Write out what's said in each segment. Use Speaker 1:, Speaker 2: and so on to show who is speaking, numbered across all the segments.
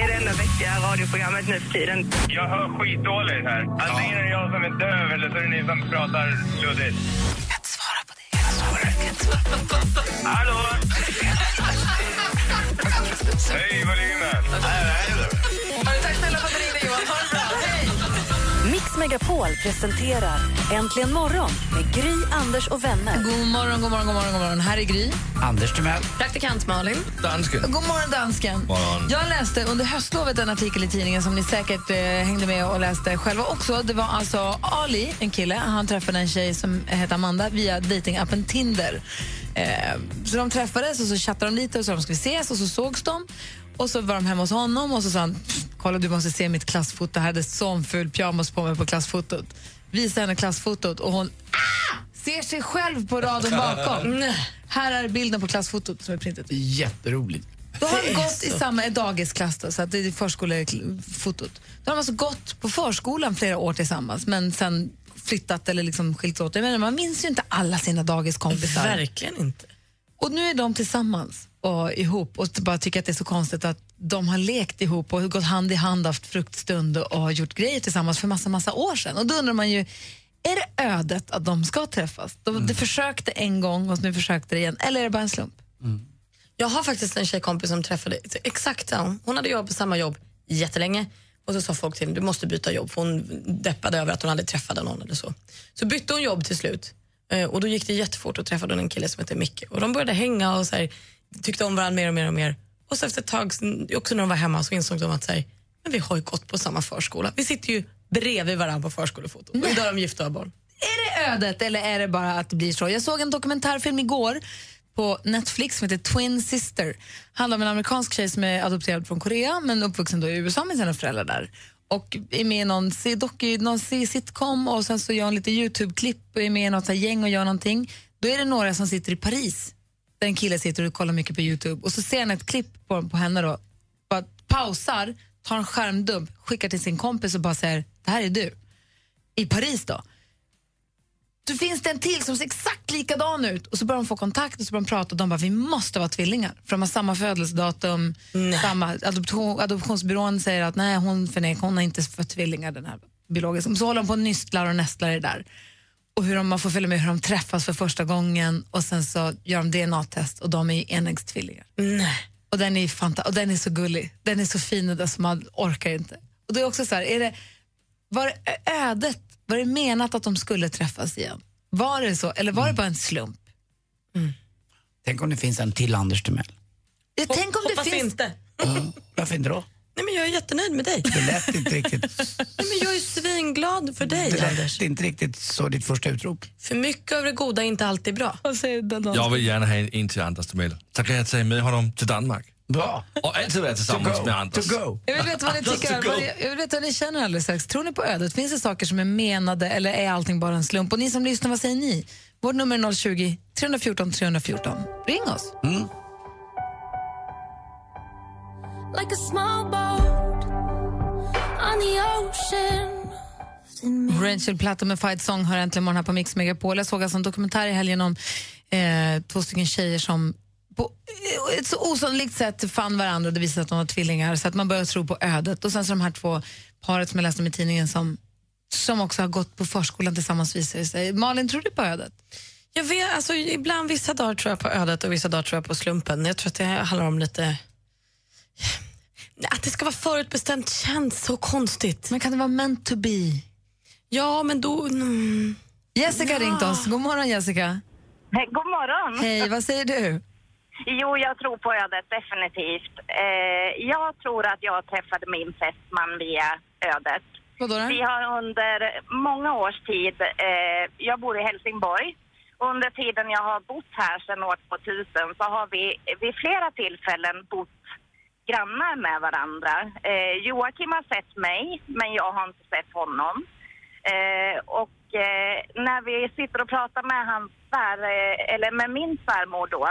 Speaker 1: är det enda vettiga radioprogrammet nu för tiden.
Speaker 2: Jag hör skitdåligt här. Antingen är det jag som är döv eller så är det ni som pratar luddigt. Hallå? Hej, volymen!
Speaker 3: Mix Megapol presenterar Äntligen morgon med Gry, Anders och vänner.
Speaker 4: God morgon, god morgon, god morgon, god morgon. Här är Gry. Anders Timell. Praktikant Malin. Dansken. God morgon, dansken. Jag läste under höstlovet en artikel i tidningen som ni säkert eh, hängde med och läste själva också. Det var alltså Ali, en kille, han träffade en tjej som hette Amanda via datingappen Tinder. Eh, så de träffades och så chattade de lite och så de skulle ses och så sågs de. Och så var de hemma hos honom och så sa han, kolla du måste se mitt klassfoto, jag hade sån ful pyjamas på mig på klassfotot. Visa henne klassfotot och hon ser sig själv på raden bakom. Här är bilden på klassfotot som är printat.
Speaker 5: Jätteroligt.
Speaker 4: Då har de gått i samma dagisklass, då, så att det är förskolefotot. Då har de alltså gått på förskolan flera år tillsammans men sen flyttat eller liksom skilts åt. Jag menar, man minns ju inte alla sina dagiskompisar.
Speaker 6: Verkligen inte.
Speaker 4: Och nu är de tillsammans och ihop och bara tycker att det är så konstigt att de har lekt ihop och gått hand i hand, haft fruktstund och har gjort grejer tillsammans för massa, massa år sedan. Och då undrar man ju, är det ödet att de ska träffas? De, Det försökte en gång och nu försökte det igen. Eller är det bara en slump?
Speaker 6: Jag har faktiskt en tjejkompis som träffade exakt hon. Hon hade jobbat på samma jobb jättelänge och så sa folk till henne, du måste byta jobb för hon deppade över att hon aldrig träffade någon eller så. Så bytte hon jobb till slut Eh, och då gick det jättefort och träffade hon en kille som hette Micke och de började hänga och så här, tyckte om varandra mer och mer och mer. Och så efter ett tag, också när de var hemma, så insåg de att så här, men vi har ju gått på samma förskola. Vi sitter ju bredvid varandra på förskolefoton och idag är de gifta och har barn.
Speaker 4: Är det ödet eller är det bara att det blir så? Jag såg en dokumentärfilm igår på Netflix som heter Twin Sister. Handlar om en amerikansk tjej som är adopterad från Korea men uppvuxen då i USA med sina föräldrar där. Och är med i någon, si- docu, någon si- sitcom och sen så gör hon lite Youtube-klipp och är med i något så här gäng och gör någonting. Då är det några som sitter i Paris där en kille sitter och kollar mycket på Youtube och så ser han ett klipp på, på henne då, bara pausar, tar en skärmdump, skickar till sin kompis och bara säger det här är du. I Paris då. Så finns det en till som ser exakt likadan ut och så börjar de få kontakt och så börjar de prata och de bara vi måste vara tvillingar för de har samma födelsedatum, samma adoption, adoptionsbyrån säger att nej hon förnekar, hon har inte fött tvillingar den här biologiska. Så håller de på och nystlar och nästlar det där och hur de, man får följa med hur de träffas för första gången och sen så gör de DNA-test och de är ju enäggstvillingar.
Speaker 6: Nej.
Speaker 4: Och den är fanta och den är så gullig. Den är så fin och dess man orkar inte. Och det är också så här, är det, var det ö- ödet, var det menat att de skulle träffas igen? Var det så eller var det bara en slump?
Speaker 5: Tänk om det finns en till Anders Timell.
Speaker 4: Jag tänk om det
Speaker 6: Hoppas
Speaker 4: finns...
Speaker 6: inte.
Speaker 5: Varför inte då?
Speaker 6: Nej men jag är jättenöjd med dig.
Speaker 5: Det lät inte riktigt,
Speaker 6: Nej, men jag är svinglad för dig
Speaker 5: det
Speaker 6: Anders.
Speaker 5: lät inte riktigt så ditt första utrop.
Speaker 6: För mycket av det goda är inte alltid bra.
Speaker 4: Vad säger Danone?
Speaker 7: Jag vill gärna ha en, en till Anders Timell. Så kan jag ta med honom till Danmark.
Speaker 5: Bra!
Speaker 7: Och alltid vara
Speaker 5: To
Speaker 7: tillsammans
Speaker 5: go!
Speaker 7: med Anders.
Speaker 5: To go!
Speaker 4: Jag vill veta vad ni tycker, vad ni, jag vill veta vad ni känner alldeles strax. Tror ni på ödet? Finns det saker som är menade eller är allting bara en slump? Och ni som lyssnar, vad säger ni? Vårt nummer är 020 314 314. Ring oss! Rachel Platten med Fight Song hör äntligen morgon här på Mix Megapol. Jag såg alltså en dokumentär i helgen om eh, två stycken tjejer som på eh, ett så osannolikt sätt fann varandra. Det visade sig att de var tvillingar, så att man började tro på ödet. Och sen så de här två paret som jag läste om i tidningen som, som också har gått på förskolan tillsammans visar det sig. Malin, tror du på ödet?
Speaker 6: Jag vet, alltså, ibland vissa dagar tror jag på ödet och vissa dagar tror jag på slumpen. Jag tror att det handlar om lite... Att det ska vara förutbestämt känns så konstigt.
Speaker 4: Men kan det vara meant to be?
Speaker 6: Ja, men då... Mm.
Speaker 4: Jessica ringt oss. God morgon Jessica.
Speaker 1: Hej, God morgon!
Speaker 4: Hej, vad säger du?
Speaker 1: Jo, jag tror på ödet, definitivt. Eh, jag tror att jag träffade min fästman via ödet.
Speaker 4: Vadå då?
Speaker 1: Vi har under många års tid, eh, jag bor i Helsingborg, och under tiden jag har bott här sedan år 2000 så har vi vid flera tillfällen bott grannar med varandra. Eh, Joakim har sett mig, men jag har inte sett honom. Eh, eh, när vi sitter och pratar med hans svär, eh, eller med min svärmor då,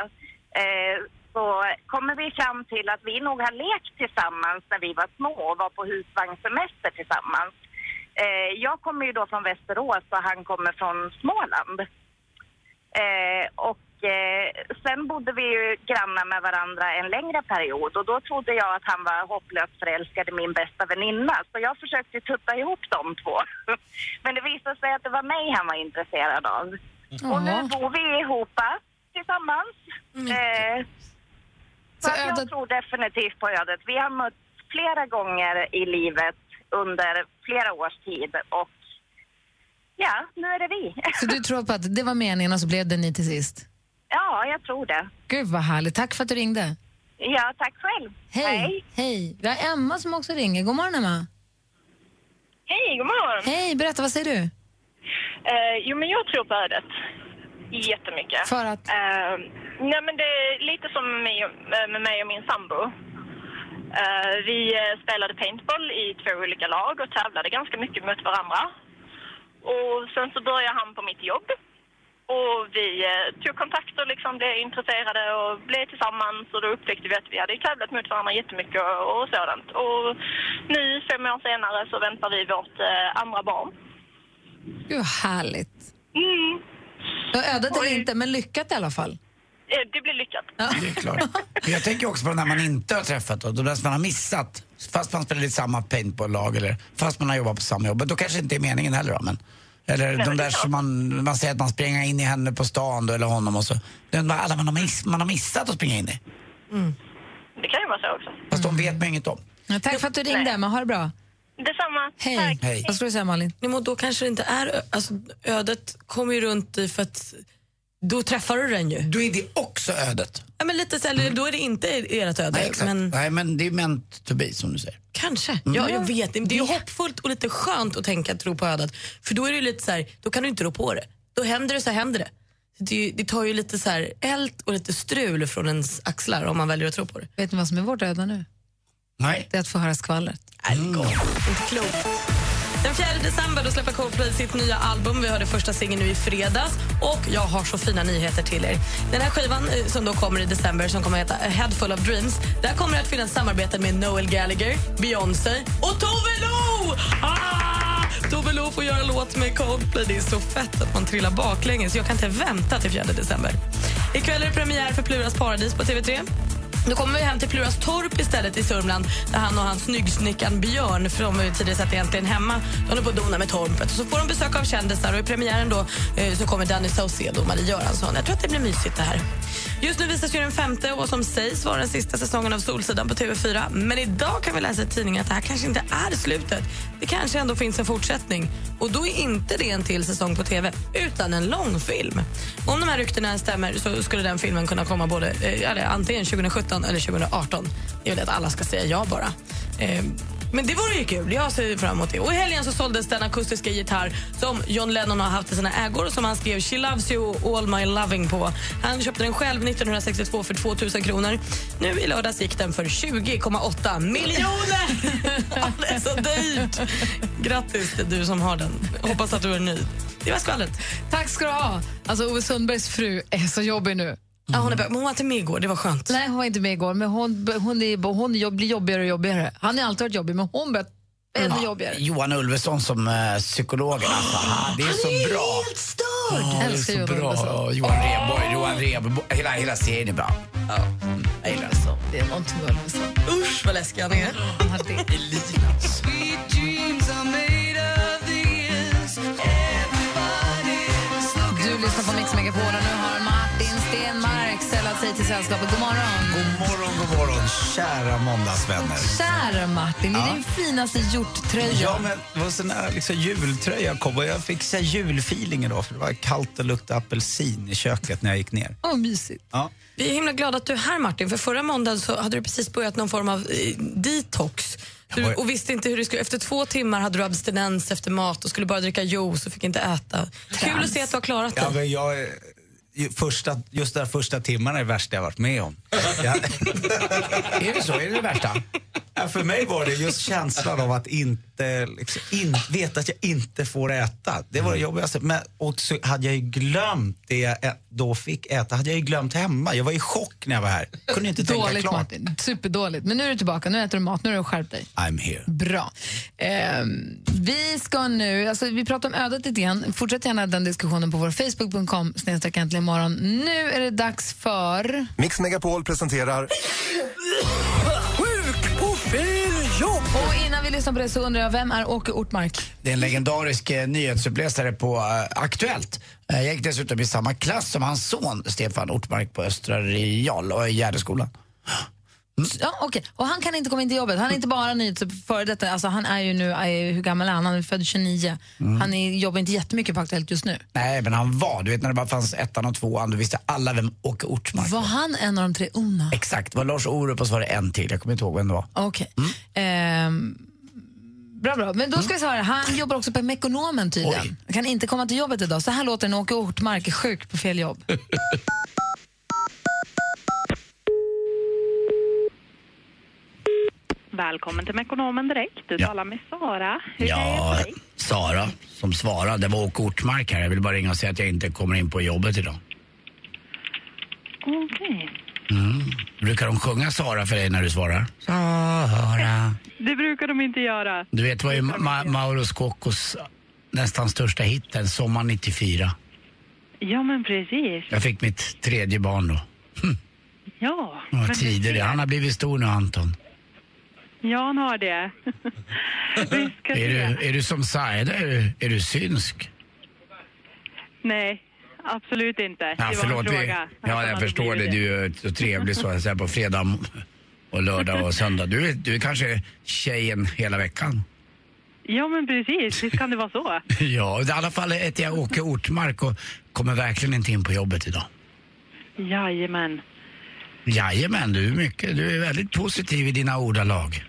Speaker 1: eh, så kommer vi fram till att vi nog har lekt tillsammans när vi var små och var på husvagnssemester tillsammans. Eh, jag kommer ju då från Västerås och han kommer från Småland. Eh, och eh, sen bodde vi ju grannar med varandra en längre period och då trodde jag att han var hopplöst förälskad i min bästa väninna så jag försökte tutta ihop de två. Men det visade sig att det var mig han var intresserad av. Och nu
Speaker 4: Jaha.
Speaker 1: bor vi ihop tillsammans. Eh, så att jag tror definitivt på ödet. Vi har mött flera gånger i livet under flera års tid och ja, nu är det vi.
Speaker 4: Så du tror på att det var meningen och så blev det ni till sist?
Speaker 1: Ja, jag tror det.
Speaker 4: Gud vad härligt, tack för att du ringde.
Speaker 1: Ja, tack själv.
Speaker 4: Hej. Hej. Vi har Emma som också ringer. God morgon, Emma.
Speaker 8: Hej, god morgon.
Speaker 4: Hej, berätta, vad säger du?
Speaker 8: Eh, jo, men jag tror på ödet. Jättemycket.
Speaker 4: För att?
Speaker 8: Eh, nej, men det är lite som med, med mig och min sambo. Eh, vi eh, spelade paintball i två olika lag och tävlade ganska mycket mot varandra. Och sen så började han på mitt jobb. Och vi eh, tog kontakt och liksom blev intresserade och blev tillsammans och då upptäckte vi att vi hade ju tävlat mot varandra jättemycket och, och sådant. Och nu, fem år senare, så väntar vi vårt eh, andra barn.
Speaker 4: Gud, vad härligt. Mm. Ödet eller inte, men lyckat i alla fall.
Speaker 8: Eh, Det blir lyckat.
Speaker 5: Det är klart. Men Jag tänker också på när man inte har träffat då, då när man har missat. Fast man spelar i samma paintball-lag eller fast man har jobbat på samma jobb. Men Då kanske det inte är meningen heller då, men. Eller
Speaker 8: Nej,
Speaker 5: de
Speaker 8: men det
Speaker 5: där
Speaker 8: är
Speaker 5: som man, man säger att man springer in i henne på stan då, eller honom och så. Det är alla man har, miss, man har missat att springa in i.
Speaker 8: Det kan ju vara så också.
Speaker 5: Fast
Speaker 3: Mm.
Speaker 5: de vet man inget om.
Speaker 4: Ja, tack för att du ringde, Emma. Ha det bra.
Speaker 8: Detsamma.
Speaker 4: Hej.
Speaker 3: Tack.
Speaker 5: Hej.
Speaker 4: Vad skulle du säga, Malin?
Speaker 3: Nej, men då kanske det inte är... ö- Alltså, ödet kommer ju runt dig för att då träffar du den ju.
Speaker 5: Då är det också ödet. Mm.
Speaker 3: Ja, men lite så, eller, då är det inte ert öde.
Speaker 5: Nej, exakt.
Speaker 3: men
Speaker 5: Nej, men det är meant to be som du säger. Mm.
Speaker 3: kanske. Ja, jag vet. inte. Det är ju hoppfullt och lite skönt att tänka att tro på ödet. För då är det ju lite så här, då kan du inte rå på det. Då händer det så händer det. Det, är ju- det tar ju lite så här eld och lite strul från ens axlar om man väljer att tro på det.
Speaker 4: Vet ni vad som är vårt öde nu?
Speaker 5: Nej. Mm.
Speaker 4: Det är att få höra skvallret.
Speaker 3: Inte klokt. Den 4 december då släpper Coldplay sitt nya album. Vi hörde första singeln nu i fredags. Och jag har så fina nyheter till er. Den här skivan eh, som då kommer i december som kommer att heta A Head Full of Dreams. Där kommer det att finnas samarbeten med Noel Gallagher, Beyoncé och Tove Lo! Ah! Tove Lo får göra en låt med Coldplay. Det är så fett att man trillar baklänges. Jag kan inte vänta till 4 december. Ikväll är det premiär för Pluras paradis på TV3. Nu kommer vi hem till Pluras torp istället i Sörmland där han och hans snyggsnickan Björn, från vi tidigare sett egentligen hemma, de håller på att dona med torpet. Och så får de besök av kändisar och i premiären då eh, så kommer Danny Saucedo och Marie Göransson. Jag tror att det blir mysigt det här. Just nu visas ju den femte och vad som sägs vara den sista säsongen av Solsidan på TV4. Men idag kan vi läsa i tidningen att det här kanske inte är slutet. Det kanske ändå finns en fortsättning. Och då är inte det en till säsong på TV, utan en långfilm. Om de här ryktena stämmer så skulle den filmen kunna komma både, eh, eller, antingen 2017 eller 2018. Det är väl att alla ska säga ja bara. Eh, men det vore ju kul. Jag ser fram emot det. Och I helgen så såldes den akustiska gitarr som John Lennon har haft i sina ägor och som han skrev She loves you all my loving på. Han köpte den själv 1962 för 2 000 kronor. Nu i lördags gick den för 20,8 miljoner! Ja, det är så dyrt! Grattis till du som har den. Hoppas att du är nöjd. Det var skvallret.
Speaker 4: Tack ska du ha. Alltså, Ove Sundbergs fru är så jobbig nu.
Speaker 3: Ja, hon, är, bra. Men hon var inte med igår, det var skönt.
Speaker 4: Nej, hon var inte med igår, men hon, hon, är, hon jobb, blir jobbigare och jobbigare. Han har alltid varit jobbig, men hon blir ännu jobbigare.
Speaker 5: Johan Ulveson som eh, psykolog.
Speaker 3: Ah,
Speaker 5: Alltså, han, det är så bra.
Speaker 3: störd!
Speaker 5: Ja, det är
Speaker 4: Älskar
Speaker 5: så
Speaker 4: Johan
Speaker 5: bra.
Speaker 4: Ulveson.
Speaker 5: Ja, Johan Rheborg, Johan Rheborg. Hela, hela serien är bra. Mm, jag gillar den.
Speaker 4: Det är någonting med Ulveson.
Speaker 3: Usch vad läskig han är.
Speaker 4: Han har det. Du lyssnar på Mix Megapol och nu har Martin Stenmark sällat sig till sällskapet. God morgon!
Speaker 6: God morgon, god morgon, kära måndagsvänner.
Speaker 4: Kära Martin, det är
Speaker 6: Ja.
Speaker 4: din finaste hjorttröja.
Speaker 6: Ja, men det var sån här liksom, jultröja kom och jag fick så här, julfeeling idag för det var kallt och luktade apelsin i köket när jag gick ner.
Speaker 4: Åh, mysigt.
Speaker 6: Ja.
Speaker 3: Vi är himla glada att du är här Martin, för förra måndagen så hade du precis börjat någon form av eh, detox. Du,
Speaker 6: var-
Speaker 3: och visste inte hur du skulle, efter två timmar hade du abstinens efter mat och skulle bara dricka juice och fick inte äta. Kul att se att du har klarat
Speaker 6: Ja,
Speaker 3: det.
Speaker 6: men jag, eh, ju- första, just de där första timmarna är det värsta jag varit med om. Jag,
Speaker 5: Är det så? Är det det värsta?
Speaker 9: Ja, för mig var det just känslan av att inte liksom, in, veta att jag inte får äta. Det var
Speaker 6: Mm.
Speaker 9: det jobbigaste. Men, och så hade jag ju glömt det jag ä- då fick äta, hade jag ju glömt hemma. Jag var i chock när jag var här. Kunde inte tänka
Speaker 4: Dåligt
Speaker 9: klart.
Speaker 4: Martin, superdåligt. Men nu är du tillbaka, nu äter du mat, nu har du skärpt dig.
Speaker 9: I'm here.
Speaker 4: Bra. Ehm, vi ska nu, alltså vi pratar om ödet lite grann. Fortsätt gärna den diskussionen på vår facebook.com snedstreck äntligen imorgon. Nu är det dags för...
Speaker 2: Mix Megapol presenterar...
Speaker 4: Sjuk på fel jobb! Och innan vi lyssnar på det så undrar jag, vem är Åke Ortmark?
Speaker 6: Det är en legendarisk eh, nyhetsuppläsare på eh, Aktuellt. Eh, jag gick dessutom i samma klass som hans son Stefan Ortmark på Östra Real och i Gärdeskolan.
Speaker 4: Ja, okej. Och han kan inte komma in till jobbet. Han är inte bara nyhetsupp- före detta, alltså han är ju nu, eh, hur gammal är han? Han är född 29.
Speaker 6: Mm.
Speaker 4: Han är, jobbar inte jättemycket på Aktuellt just nu.
Speaker 6: Nej, men han var, du vet när det bara fanns ettan och tvåan, då visste alla vem Åke Ortmark
Speaker 4: Var han en av de tre ona?
Speaker 6: Exakt, det var Lars Orup och så var det en till, jag kommer inte ihåg vem det var.
Speaker 4: Okej. Ehm, bra, bra. Men då ska vi
Speaker 6: Mm.
Speaker 4: se här. Han jobbar också på Mekonomen tydligen. Kan inte komma till jobbet idag. Så här låter när Åke Ortmark är sjuk på fel jobb.
Speaker 6: Mm.
Speaker 10: Välkommen till Mekonomen Direkt. Du talar med Sara. Hur kan jag
Speaker 6: Ja,
Speaker 10: hjälpa dig?
Speaker 6: Sara som svarade, det var Åke Ortmark här. Jag vill bara ringa och säga att jag inte kommer in på jobbet idag.
Speaker 10: Okej.
Speaker 6: Mm. Brukar de sjunga Sara för dig när du svarar? Sara.
Speaker 10: Det brukar de inte göra.
Speaker 6: Du vet, det var ju Ma- Mauro Scoccos nästan största hit, den sommar 94.
Speaker 10: Ja, men precis.
Speaker 6: Jag fick mitt tredje barn då.
Speaker 10: Ja. men
Speaker 6: Vad
Speaker 10: du
Speaker 6: tider det
Speaker 10: ser.
Speaker 6: Han har blivit stor nu, Anton.
Speaker 10: Ja, han har det. Vi ska
Speaker 6: Är
Speaker 10: se.
Speaker 6: du, är du som Saida? Är du, är du synsk?
Speaker 10: Nej, absolut inte.
Speaker 6: Ja,
Speaker 10: det var en
Speaker 6: förlåt. Vi,
Speaker 10: fråga.
Speaker 6: ja, jag förstår det. Du är så trevlig så så här på fredag och lördag och söndag. Du, är- du är kanske tjejen hela veckan.
Speaker 10: Ja, men precis. Visst kan det vara så.
Speaker 6: Ja, i alla fall heter jag Åke Ortmark och kommer verkligen inte in på jobbet idag.
Speaker 10: Jajamän.
Speaker 6: Jajamän, du är, mycket, du är väldigt positiv i dina ordalag.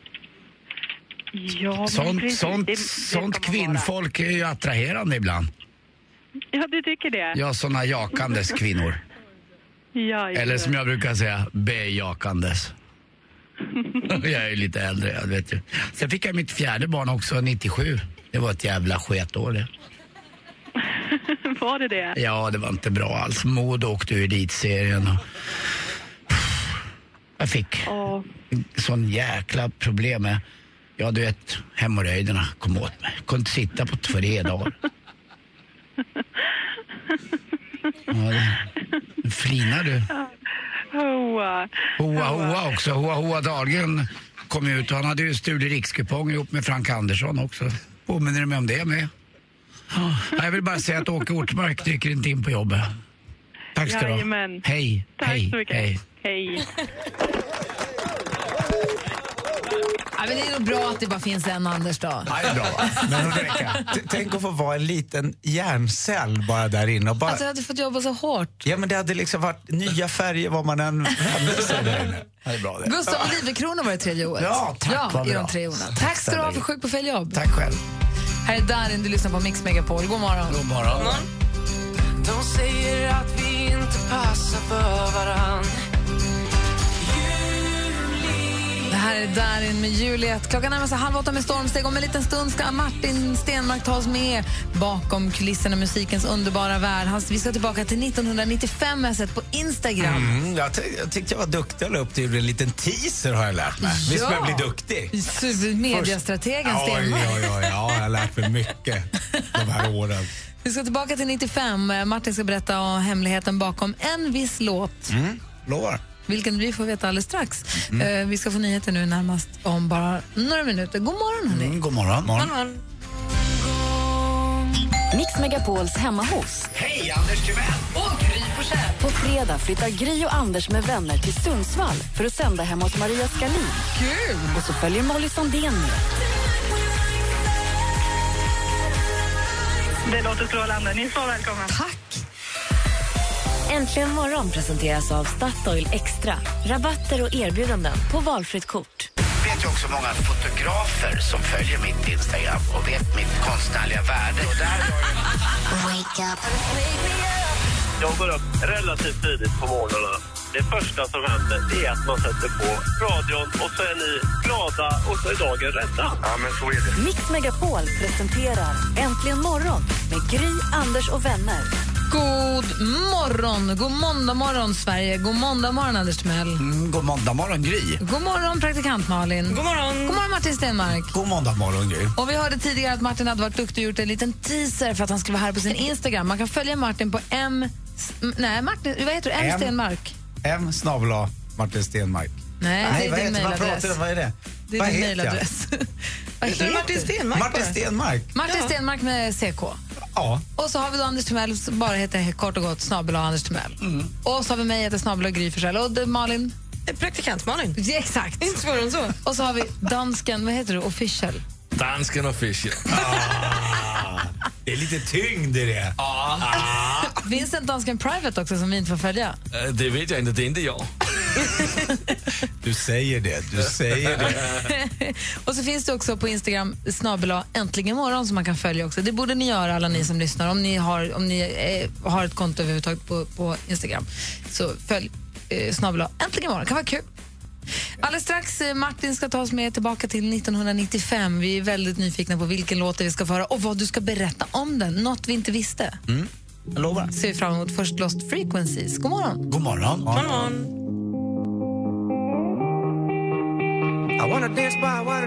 Speaker 10: Ja, men
Speaker 6: Sånt,
Speaker 10: precis.
Speaker 6: sånt,
Speaker 10: Det- det
Speaker 6: sånt
Speaker 10: ska man vara.
Speaker 6: kvinnfolk är ju attraherande ibland.
Speaker 10: Ja, du tycker det?
Speaker 6: Ja, såna jakandes kvinnor.
Speaker 10: Ja, ja.
Speaker 6: Eller som jag brukar säga, bejakandes. jag är ju lite äldre, jag vet ju. Sen fick jag mitt fjärde barn också, 97. Det var ett jävla sketår det.
Speaker 10: Var det det?
Speaker 6: Ja, det var inte bra alls. Maud åkte ur elitserien och... Jag fick sån jäkla problem med... Ja, du vet, hemorrojderna kom åt mig. Kunde inte sitta på tre dagar. Ja, det- nu flinar du.
Speaker 10: Hoa.
Speaker 6: Hoa Hoa också. Hoa Hoa Dahlgren kom ju ut och han hade ju stulit rikskuponger ihop med Frank Andersson också. Påminner du mig om det med? Ja, Jag vill bara säga att Åke Ortmark dyker inte in på jobbet. Tack ska du ha.
Speaker 10: Jajamän.
Speaker 6: Hej,
Speaker 10: Tack
Speaker 6: hej,
Speaker 10: så mycket.
Speaker 6: hej.
Speaker 10: Hej.
Speaker 4: Ja, men det är nog bra att det bara finns en Anders då.
Speaker 9: Ja, det är bra. Men Rebecka, t- tänk att få vara en liten hjärncell bara där inne. Och bara,
Speaker 4: Alltså jag hade fått jobba så hårt.
Speaker 9: ja, men det hade liksom varit nya färger var man än vände sig där inne. Ja, Det är bra det.
Speaker 4: Gustav Oliverkrona var det tredje året.
Speaker 9: Ja, tack,
Speaker 4: ja,
Speaker 9: vad
Speaker 4: i
Speaker 9: bra.
Speaker 4: de tre åren.
Speaker 9: Tack
Speaker 4: Tack ska du ha
Speaker 9: snälla.
Speaker 4: för Sjuk på fel jobb.
Speaker 9: Tack själv.
Speaker 4: Här är Darin, du lyssnar på Mix Megapol. God morgon.
Speaker 6: God morgon. God morgon.
Speaker 11: De säger att vi inte passar för varann
Speaker 4: Det här är Darin med Juliet. Klockan närmar sig halv åtta med stormsteg. Om en liten stund ska Martin Stenmark ta oss med bakom kulisserna, musikens underbara värld. Han- Vi ska tillbaka till 1995 har jag sett på Instagram.
Speaker 9: Mm, jag, ty- jag tyckte jag var duktig och la upp det gjorde en liten teaser har jag lärt mig. Visst börjar jag bli duktig?
Speaker 4: Super- Mediastrategen
Speaker 9: Oj, oj,
Speaker 4: Stenmark.
Speaker 9: oj, oj, ja, jag har lärt mig mycket de här åren.
Speaker 4: Vi ska tillbaka till 95. Eh, Martin ska berätta om hemligheten bakom en viss låt.
Speaker 9: Mm, lovar.
Speaker 4: Vilken vi får veta alldeles strax.
Speaker 9: Mm.
Speaker 4: Eh, vi ska få nyheter nu närmast om bara några minuter. God morgon, hörni.
Speaker 6: Mm,
Speaker 9: Mm.
Speaker 6: god morgon.
Speaker 3: Mix Megapols hemma hos.
Speaker 6: Hej, Anders Timell!
Speaker 3: Och Gry Forssell. På fredag flyttar Gry och Anders med vänner till Sundsvall för att sända hemma hos Maria Skalin.
Speaker 4: Kul!
Speaker 3: Och så följer Molly Sandén med.
Speaker 12: Det låter strålande. Ni är så välkomna.
Speaker 4: Tack!
Speaker 3: Äntligen morgon presenteras av Statoil Extra. Rabatter och erbjudanden på valfritt kort.
Speaker 6: vet ju också många fotografer som följer mitt Instagram och vet mitt konstnärliga värde. Och där
Speaker 13: Jag går upp relativt tidigt på morgonen
Speaker 14: det första som händer det är att man sätter på radion och så är ni glada och så är dagen rädda.
Speaker 2: Ja, men så är det.
Speaker 15: Mix Megapol presenterar Äntligen morgon med Gry, Anders och vänner.
Speaker 4: God morgon! God måndag morgon, Sverige. God måndag morgon, Anders Timell.
Speaker 5: Mm, god måndag morgon, Gry.
Speaker 4: God morgon, praktikant Malin. God morgon, God morgon Martin Stenmark.
Speaker 5: God måndag morgon, Gry.
Speaker 4: Och Vi hörde tidigare att Martin hade varit duktig och gjort en liten teaser för att han skulle vara här på sin Instagram. Man kan följa Martin på M... s- m- Nej, Martin, vad heter du? M,
Speaker 6: M.
Speaker 4: Stenmark?
Speaker 6: M snabel A, Martin Stenmark.
Speaker 4: Nej, det är
Speaker 6: vad
Speaker 4: din
Speaker 6: heter- vad
Speaker 4: mailadress.
Speaker 6: pratar du om? Vad är det?
Speaker 4: Det är
Speaker 6: Vad
Speaker 4: din
Speaker 6: heter jag?
Speaker 4: mailadress. vad
Speaker 6: Heter du Martin Stenmark Martin bara? Stenmark.
Speaker 4: Martin
Speaker 6: Ja.
Speaker 4: Stenmark med CK.
Speaker 6: Ja.
Speaker 4: Och så har vi då Anders Timell, som bara heter kort och gott snabel Anders Timell.
Speaker 6: Mm.
Speaker 4: Och så har vi mig, heter snabel och Gry Forssell. Och det- Malin? Praktikant Malin. Ja, exakt. Inte svårare än så. Och så har vi dansken, vad heter du, official?
Speaker 7: Dansken official.
Speaker 6: Det är lite tyngd i det.
Speaker 4: Finns det en dansken private också som vi inte får följa?
Speaker 7: Eh, Det vet jag inte, det är inte jag.
Speaker 6: Du säger det, du säger det.
Speaker 4: och så finns det också på Instagram snabel äntligen morgon som man kan följa också. Det borde ni göra alla ni som lyssnar om ni har, om ni, eh, har ett konto överhuvudtaget på, på Instagram. Så följ eh, snabel äntligen morgon, det kan vara kul. Alldeles strax eh, Martin ska ta oss med tillbaka till 1995. Vi är väldigt nyfikna på vilken låt det vi ska få höra och vad du ska berätta om den. Något vi inte visste.
Speaker 6: Mm. Jag lovar.
Speaker 4: Ser vi fram emot först Lost Frequencies. God morgon.
Speaker 6: God morgon. God
Speaker 16: I wanna dance by water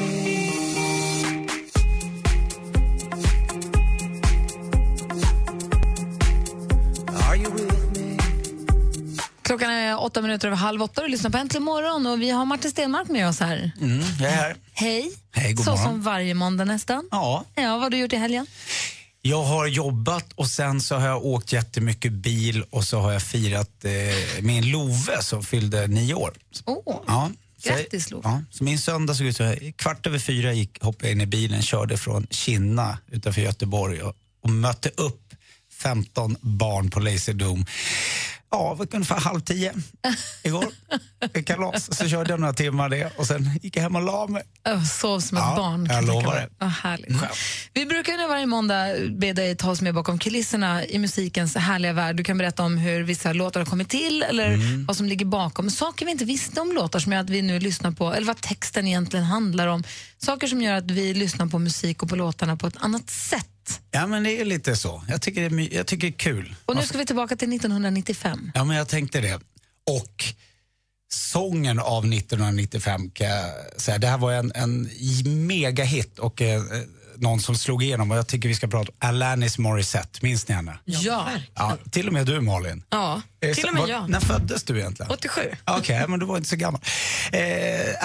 Speaker 16: me? Are you with me?
Speaker 4: Klockan är åtta minuter över halv åtta och du lyssnar på Äntligen morgon och vi har Martin Stenmark med oss här.
Speaker 6: Mm, jag är här.
Speaker 4: Hej.
Speaker 6: Hej, god
Speaker 4: Så
Speaker 6: morgon.
Speaker 4: som varje måndag nästan.
Speaker 6: Ja.
Speaker 4: ja. Vad har du gjort i helgen?
Speaker 6: Jag har jobbat och sen så har jag åkt jättemycket bil och så har jag firat eh, min Love som fyllde nio år.
Speaker 4: Oh.
Speaker 6: Ja. Så jag-
Speaker 4: Grattis, Love.
Speaker 6: Ja, så min söndag såg ut så här. Kvart över fyra gick, hoppade jag in i bilen, körde från Kinna utanför Göteborg och, och mötte upp 15 barn på Laserdome. Ja, det var ungefär halv tio igår. Ett Kalas. Så körde jag några timmar det och sen gick jag hem och la mig.
Speaker 4: Jag sov som ett
Speaker 6: Ja,
Speaker 4: barn.
Speaker 6: jag
Speaker 4: kan tänka
Speaker 6: lovar
Speaker 4: mig.
Speaker 6: det.
Speaker 4: Vad härligt. Mm. Vi brukar ju nu varje måndag be dig ta oss med bakom kulisserna i musikens härliga värld. Du kan berätta om hur vissa låtar har kommit till eller
Speaker 6: Mm.
Speaker 4: vad som ligger bakom. Saker vi inte visste om låtar som gör att vi nu lyssnar på, eller vad texten egentligen handlar om. Saker som gör att vi lyssnar på musik och på låtarna på ett annat sätt.
Speaker 6: Ja, men det är lite så. Jag tycker det är, my- jag tycker det är kul.
Speaker 4: Och nu ska vi tillbaka till 1995.
Speaker 6: Ja, men jag tänkte det. Och sången av 1995 kan jag säga, det här var en, en megahit och eh, eh, någon som slog igenom och jag tycker vi ska prata om Alanis Morissette, minns ni henne?
Speaker 3: Ja.
Speaker 6: Ja, till och med du Malin.
Speaker 3: Ja,
Speaker 6: Är det
Speaker 3: till
Speaker 6: så-
Speaker 3: och med
Speaker 6: var-
Speaker 3: jag.
Speaker 6: När föddes du egentligen?
Speaker 3: 87.
Speaker 6: Okej, men du var inte så gammal. Eh,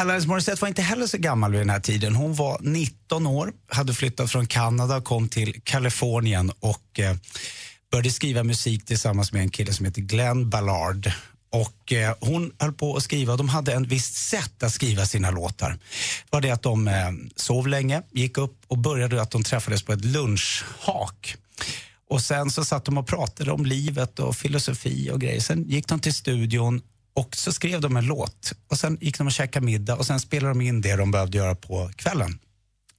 Speaker 6: Alanis Morissette var inte heller så gammal vid den här tiden. Hon var 19 år, hade flyttat från Kanada och kom till Kalifornien och eh, började skriva musik tillsammans med en kille som heter Glenn Ballard. Och eh, hon höll på att skriva, de hade en visst sätt att skriva sina låtar. Det var det att de eh, sov länge, gick upp och började att de träffades på ett lunchhak. Och sen så satt de och pratade om livet och filosofi och grejer. Sen gick de till studion och så skrev de en låt. Och sen gick de och käkade middag och sen spelade de in det de behövde göra på kvällen.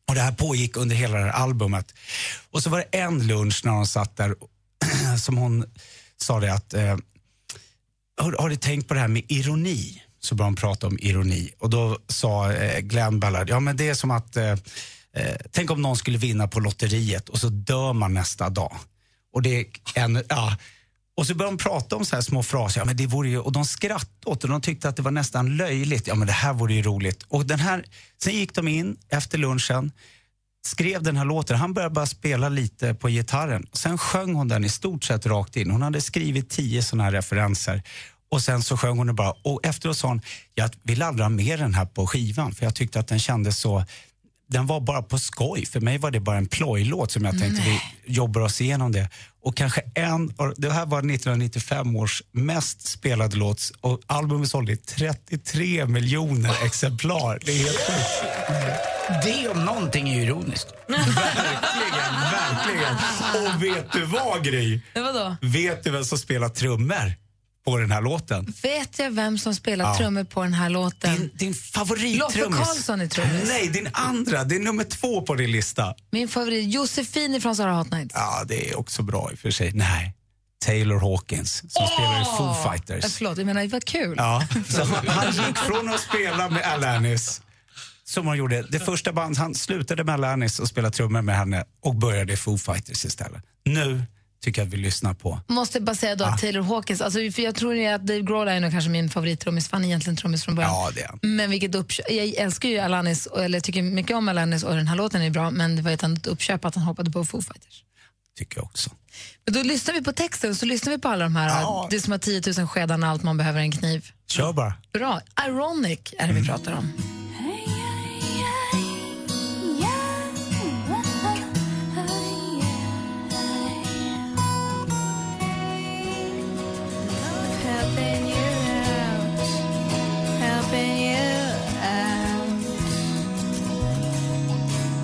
Speaker 6: Och det här pågick under hela det här albumet. Och så var det en lunch när de satt där som hon sa det att eh, har, har du tänkt på det här med ironi? Så började de prata om ironi. Och då sa eh, Glenn Ballard, ja men det är som att eh, eh, tänk om någon skulle vinna på lotteriet och så dör man nästa dag. Och det är en, ja. Och så började de prata om så här små fraser. Ja, men det vore ju, och de skrattade åt det. De tyckte att det var nästan löjligt. Ja, men det här vore ju roligt. Och den här, sen gick de in efter lunchen skrev den här låten. Han började bara spela lite på gitarren. Sen sjöng hon den i stort sett rakt in. Hon hade skrivit tio sådana här referenser. Och sen så sjöng hon det bara. Och efteråt sa hon, jag vill aldrig ha med den här på skivan. För jag tyckte att den kändes så, den var bara på skoj. För mig var det bara en plojlåt som jag tänkte vi jobbar oss igenom det. Och kanske en, och det här var 1995 års mest spelade låt och albumet sålde i 33 miljoner exemplar. Det är helt sjukt.
Speaker 5: Det om någonting är ju ironiskt.
Speaker 6: Verkligen, verkligen. Och vet du vad Gry?
Speaker 4: Men vadå?
Speaker 6: Vet du vem som spelar trummor? på den här låten.
Speaker 4: Vet jag vem som spelar
Speaker 6: Ja.
Speaker 4: trummor på den här låten? Din,
Speaker 6: din favorittrummis.
Speaker 4: Loffe Karlsson är trummis.
Speaker 6: Nej, din andra. Det är nummer två på din lista.
Speaker 4: Min favorit, Josefin från Sara Hot Nights.
Speaker 6: Ja, det är också bra i och för sig. Nej, Taylor Hawkins som spelar i Foo Fighters.
Speaker 4: Eh, Förlåt, jag menar vad kul.
Speaker 6: Ja, så han- han gick från att spela med Alanis, som han gjorde. Det första band, han slutade med Alanis och spelade trummor med henne och började i Foo Fighters istället. Nu tycker jag att vi lyssnar på
Speaker 4: Måste jag bara säga
Speaker 6: Ah.
Speaker 4: då att Taylor Hawkins, alltså, för jag tror ju att Dave Grohl är nog kanske min favorittrummis, för han är egentligen trummis från början.
Speaker 6: Ja, det är han.
Speaker 4: Men vilket uppköp, jag älskar ju Alanis, och- eller jag tycker mycket om Alanis och den här låten är bra, men det var ett annat uppköp att han hoppade på Foo Fighters.
Speaker 6: tycker jag också.
Speaker 4: Men då lyssnar vi på texten, så lyssnar vi på alla de här,
Speaker 6: Ja.
Speaker 4: det är som har 10 000 skedar allt man behöver en kniv.
Speaker 6: Kör bara.
Speaker 4: Bra, Ironic är det vi pratar om.
Speaker 17: Helping you out, helping you out.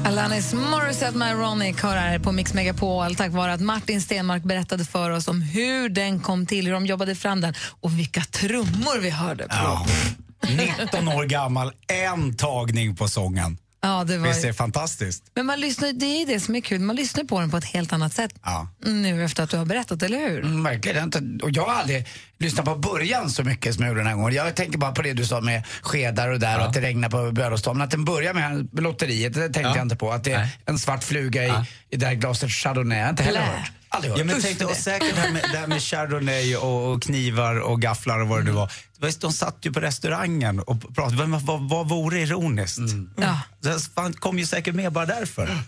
Speaker 4: Alanis Morissette med Ironic hör här på Mix Megapol tack vare att Martin Stenmark berättade för oss om hur den kom till, hur de jobbade fram den och vilka trummor vi hörde på.
Speaker 6: Ja. 19 år gammal, en tagning på sången.
Speaker 4: Ja, det var
Speaker 6: Visst är
Speaker 4: ju.
Speaker 6: det fantastiskt?
Speaker 4: Men man lyssnar, det är det som är kul, man lyssnar på den på ett helt annat sätt
Speaker 6: Ja.
Speaker 4: nu efter att du har berättat, eller hur?
Speaker 18: Mm, verkligen. Jag har inte- Och jag har aldrig lyssnat på början så mycket som jag gjorde den här gången. Jag tänker bara på det du sa med skedar och där och att det regnar på bröllopsdagen. Att den börjar med lotteriet, det tänkte jag inte på. Att det är en svart fluga i, i det här glaset chardonnay. Jag har inte heller
Speaker 6: Blä.
Speaker 18: hört. Aldrig hört.
Speaker 6: Ja, men
Speaker 18: Usch,
Speaker 6: tänk dig,
Speaker 18: det.
Speaker 6: och säkert det här med, det här med chardonnay och, och knivar och gafflar och vad det
Speaker 18: Mm.
Speaker 6: nu var. Det var. just- De satt ju på restaurangen och pratade. Vad, vad, vad vore ironiskt?
Speaker 18: Mm.
Speaker 4: Ja.
Speaker 6: Det fan kom ju säkert med bara därför.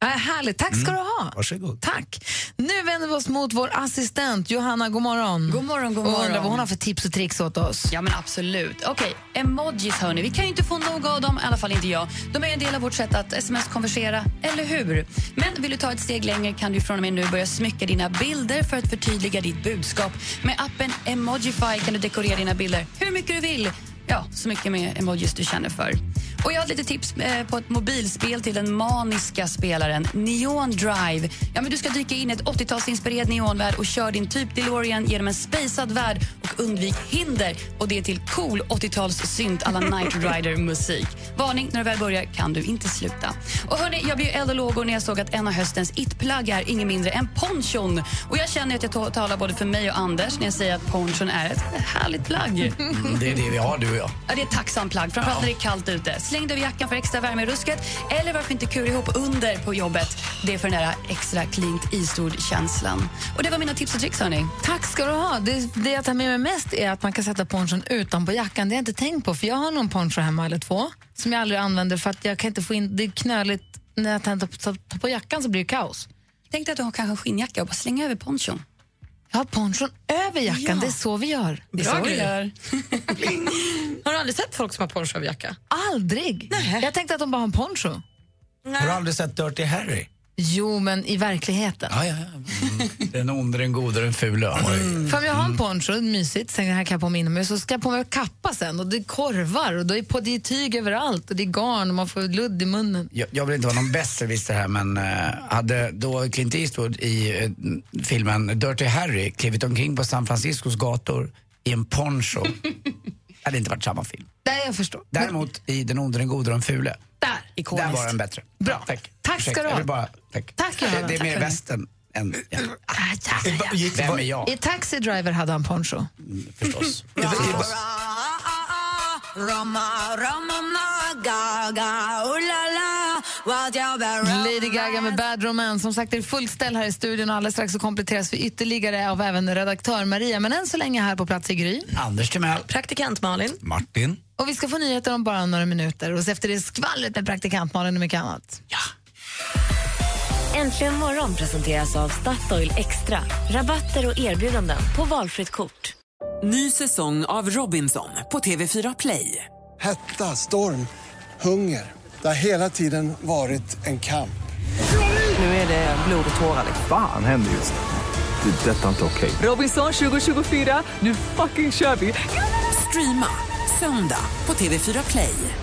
Speaker 4: Ja, härligt, tack
Speaker 18: Mm.
Speaker 4: ska du ha.
Speaker 6: Varsågod.
Speaker 4: Tack. Nu vänder vi oss mot vår assistent Johanna, god morgon.
Speaker 3: God morgon, god
Speaker 4: Mm. Och undrar
Speaker 3: morgon.
Speaker 4: vad hon har för tips och tricks åt oss.
Speaker 3: Ja, men absolut. Okej, emojis hörni. Vi kan ju inte få nog av dem, i alla fall inte jag. De är en del av vårt sätt att sms-konversera, eller hur? Men vill du ta ett steg längre kan du från och med nu börja smycka dina bilder för att förtydliga ditt budskap. Med appen Emojify kan du dekorera dina bilder hur mycket du vill. Ja, så mycket med emojis du känner för. Och jag har ett litet tips eh, på ett mobilspel till den maniska spelaren Neon Drive. Ja, men du ska dyka in i ett 80-talsinspirerad neonvärld och kör din typ DeLorean genom en spejsad värld och undvik hinder. Och det är till cool 80-tals synt alla Night Rider-musik. Varning, när du väl börjar kan du inte sluta. Och hörni, jag blev ju eld och lågor när jag såg att en av höstens it-plagg är ingen mindre än ponchon. Och jag känner att jag to- talar både för mig och Anders när jag säger att ponchon är ett härligt plagg.
Speaker 18: Mm, det är det vi har, du och jag.
Speaker 3: Ja, det är ett tacksamt plagg, framförallt när det är kallt ute. Släng dig över jackan för extra värme i rusket eller varför inte kura ihop under på jobbet. Det är för den där extra klint Eastwood-känslan. Och det var mina tips och tricks hörni.
Speaker 4: Tack ska du ha. Det, det jag tar med mig mest är att man kan sätta ponchon utanpå jackan. Det har jag inte tänkt på, för jag har någon poncho hemma eller två som jag aldrig använder för att jag kan inte få in, det är knöligt. När jag tar, tar, tar på jackan så blir det kaos.
Speaker 3: Tänk dig att du har kanske en skinnjacka och bara slänga över ponchon.
Speaker 4: Jag har ponchon över jackan, det är så vi gör. Det är så vi gör.
Speaker 19: har du aldrig sett folk som har poncho över jacka?
Speaker 4: Aldrig. Jag tänkte att de bara har en poncho.
Speaker 6: Har du aldrig sett Dirty Harry?
Speaker 4: Jo, men i verkligheten.
Speaker 18: Ja, ja, ja. Mm. Den onde, den gode, den fule.
Speaker 4: För om jag har en poncho, mysigt, sen den här kan jag på mig inomhus, så ska jag på mig kappa sen och det är korvar och då är på, det är tyg överallt och det är garn och man får ludd i munnen.
Speaker 18: Jag, jag vill inte vara någon besserwisser här men eh, hade då Clint Eastwood i eh, filmen Dirty Harry klivit omkring på San Franciscos gator i en poncho hade det inte varit samma film.
Speaker 4: Nej, jag förstår.
Speaker 18: Däremot i Den onde, den gode och den fule.
Speaker 4: Där!
Speaker 18: Där var den bättre. Bra. Tack.
Speaker 4: Tack ska
Speaker 18: Ursäkta,
Speaker 4: du
Speaker 18: jag
Speaker 4: ha.
Speaker 18: vill bara, tack.
Speaker 4: Tack,
Speaker 18: det,
Speaker 4: Johanna.
Speaker 18: det är
Speaker 4: Tack,
Speaker 18: mer
Speaker 4: hörni.
Speaker 18: västen än... Ja.
Speaker 4: Ah, ja, ja, ja.
Speaker 18: Vem är jag?
Speaker 4: I Taxi Driver hade han poncho.
Speaker 18: Mm, Förstås.
Speaker 4: Lady Gaga med Bad Romance. Som sagt, det är fullt ställ här i studion och alldeles strax så kompletteras vi ytterligare av även redaktör Maria. Men än så länge här på plats i Gry.
Speaker 18: Anders Timell.
Speaker 4: Praktikant Malin.
Speaker 6: Martin.
Speaker 4: Och vi ska få nyheter om bara några minuter. Och så efter det skvallret med praktikant Malin och mycket annat.
Speaker 20: Äntligen morgon presenteras av Statoil Extra. Rabatter och erbjudanden på valfritt kort.
Speaker 21: Ny säsong av Robinson på TV4 Play.
Speaker 22: Hetta, storm, hunger. Det har hela tiden varit en kamp.
Speaker 21: Nu är det blod och tårar.
Speaker 23: Fan händer just det. Det är detta inte okej.
Speaker 21: Robinson 2024, nu fucking kör vi! Streama söndag på TV4 Play.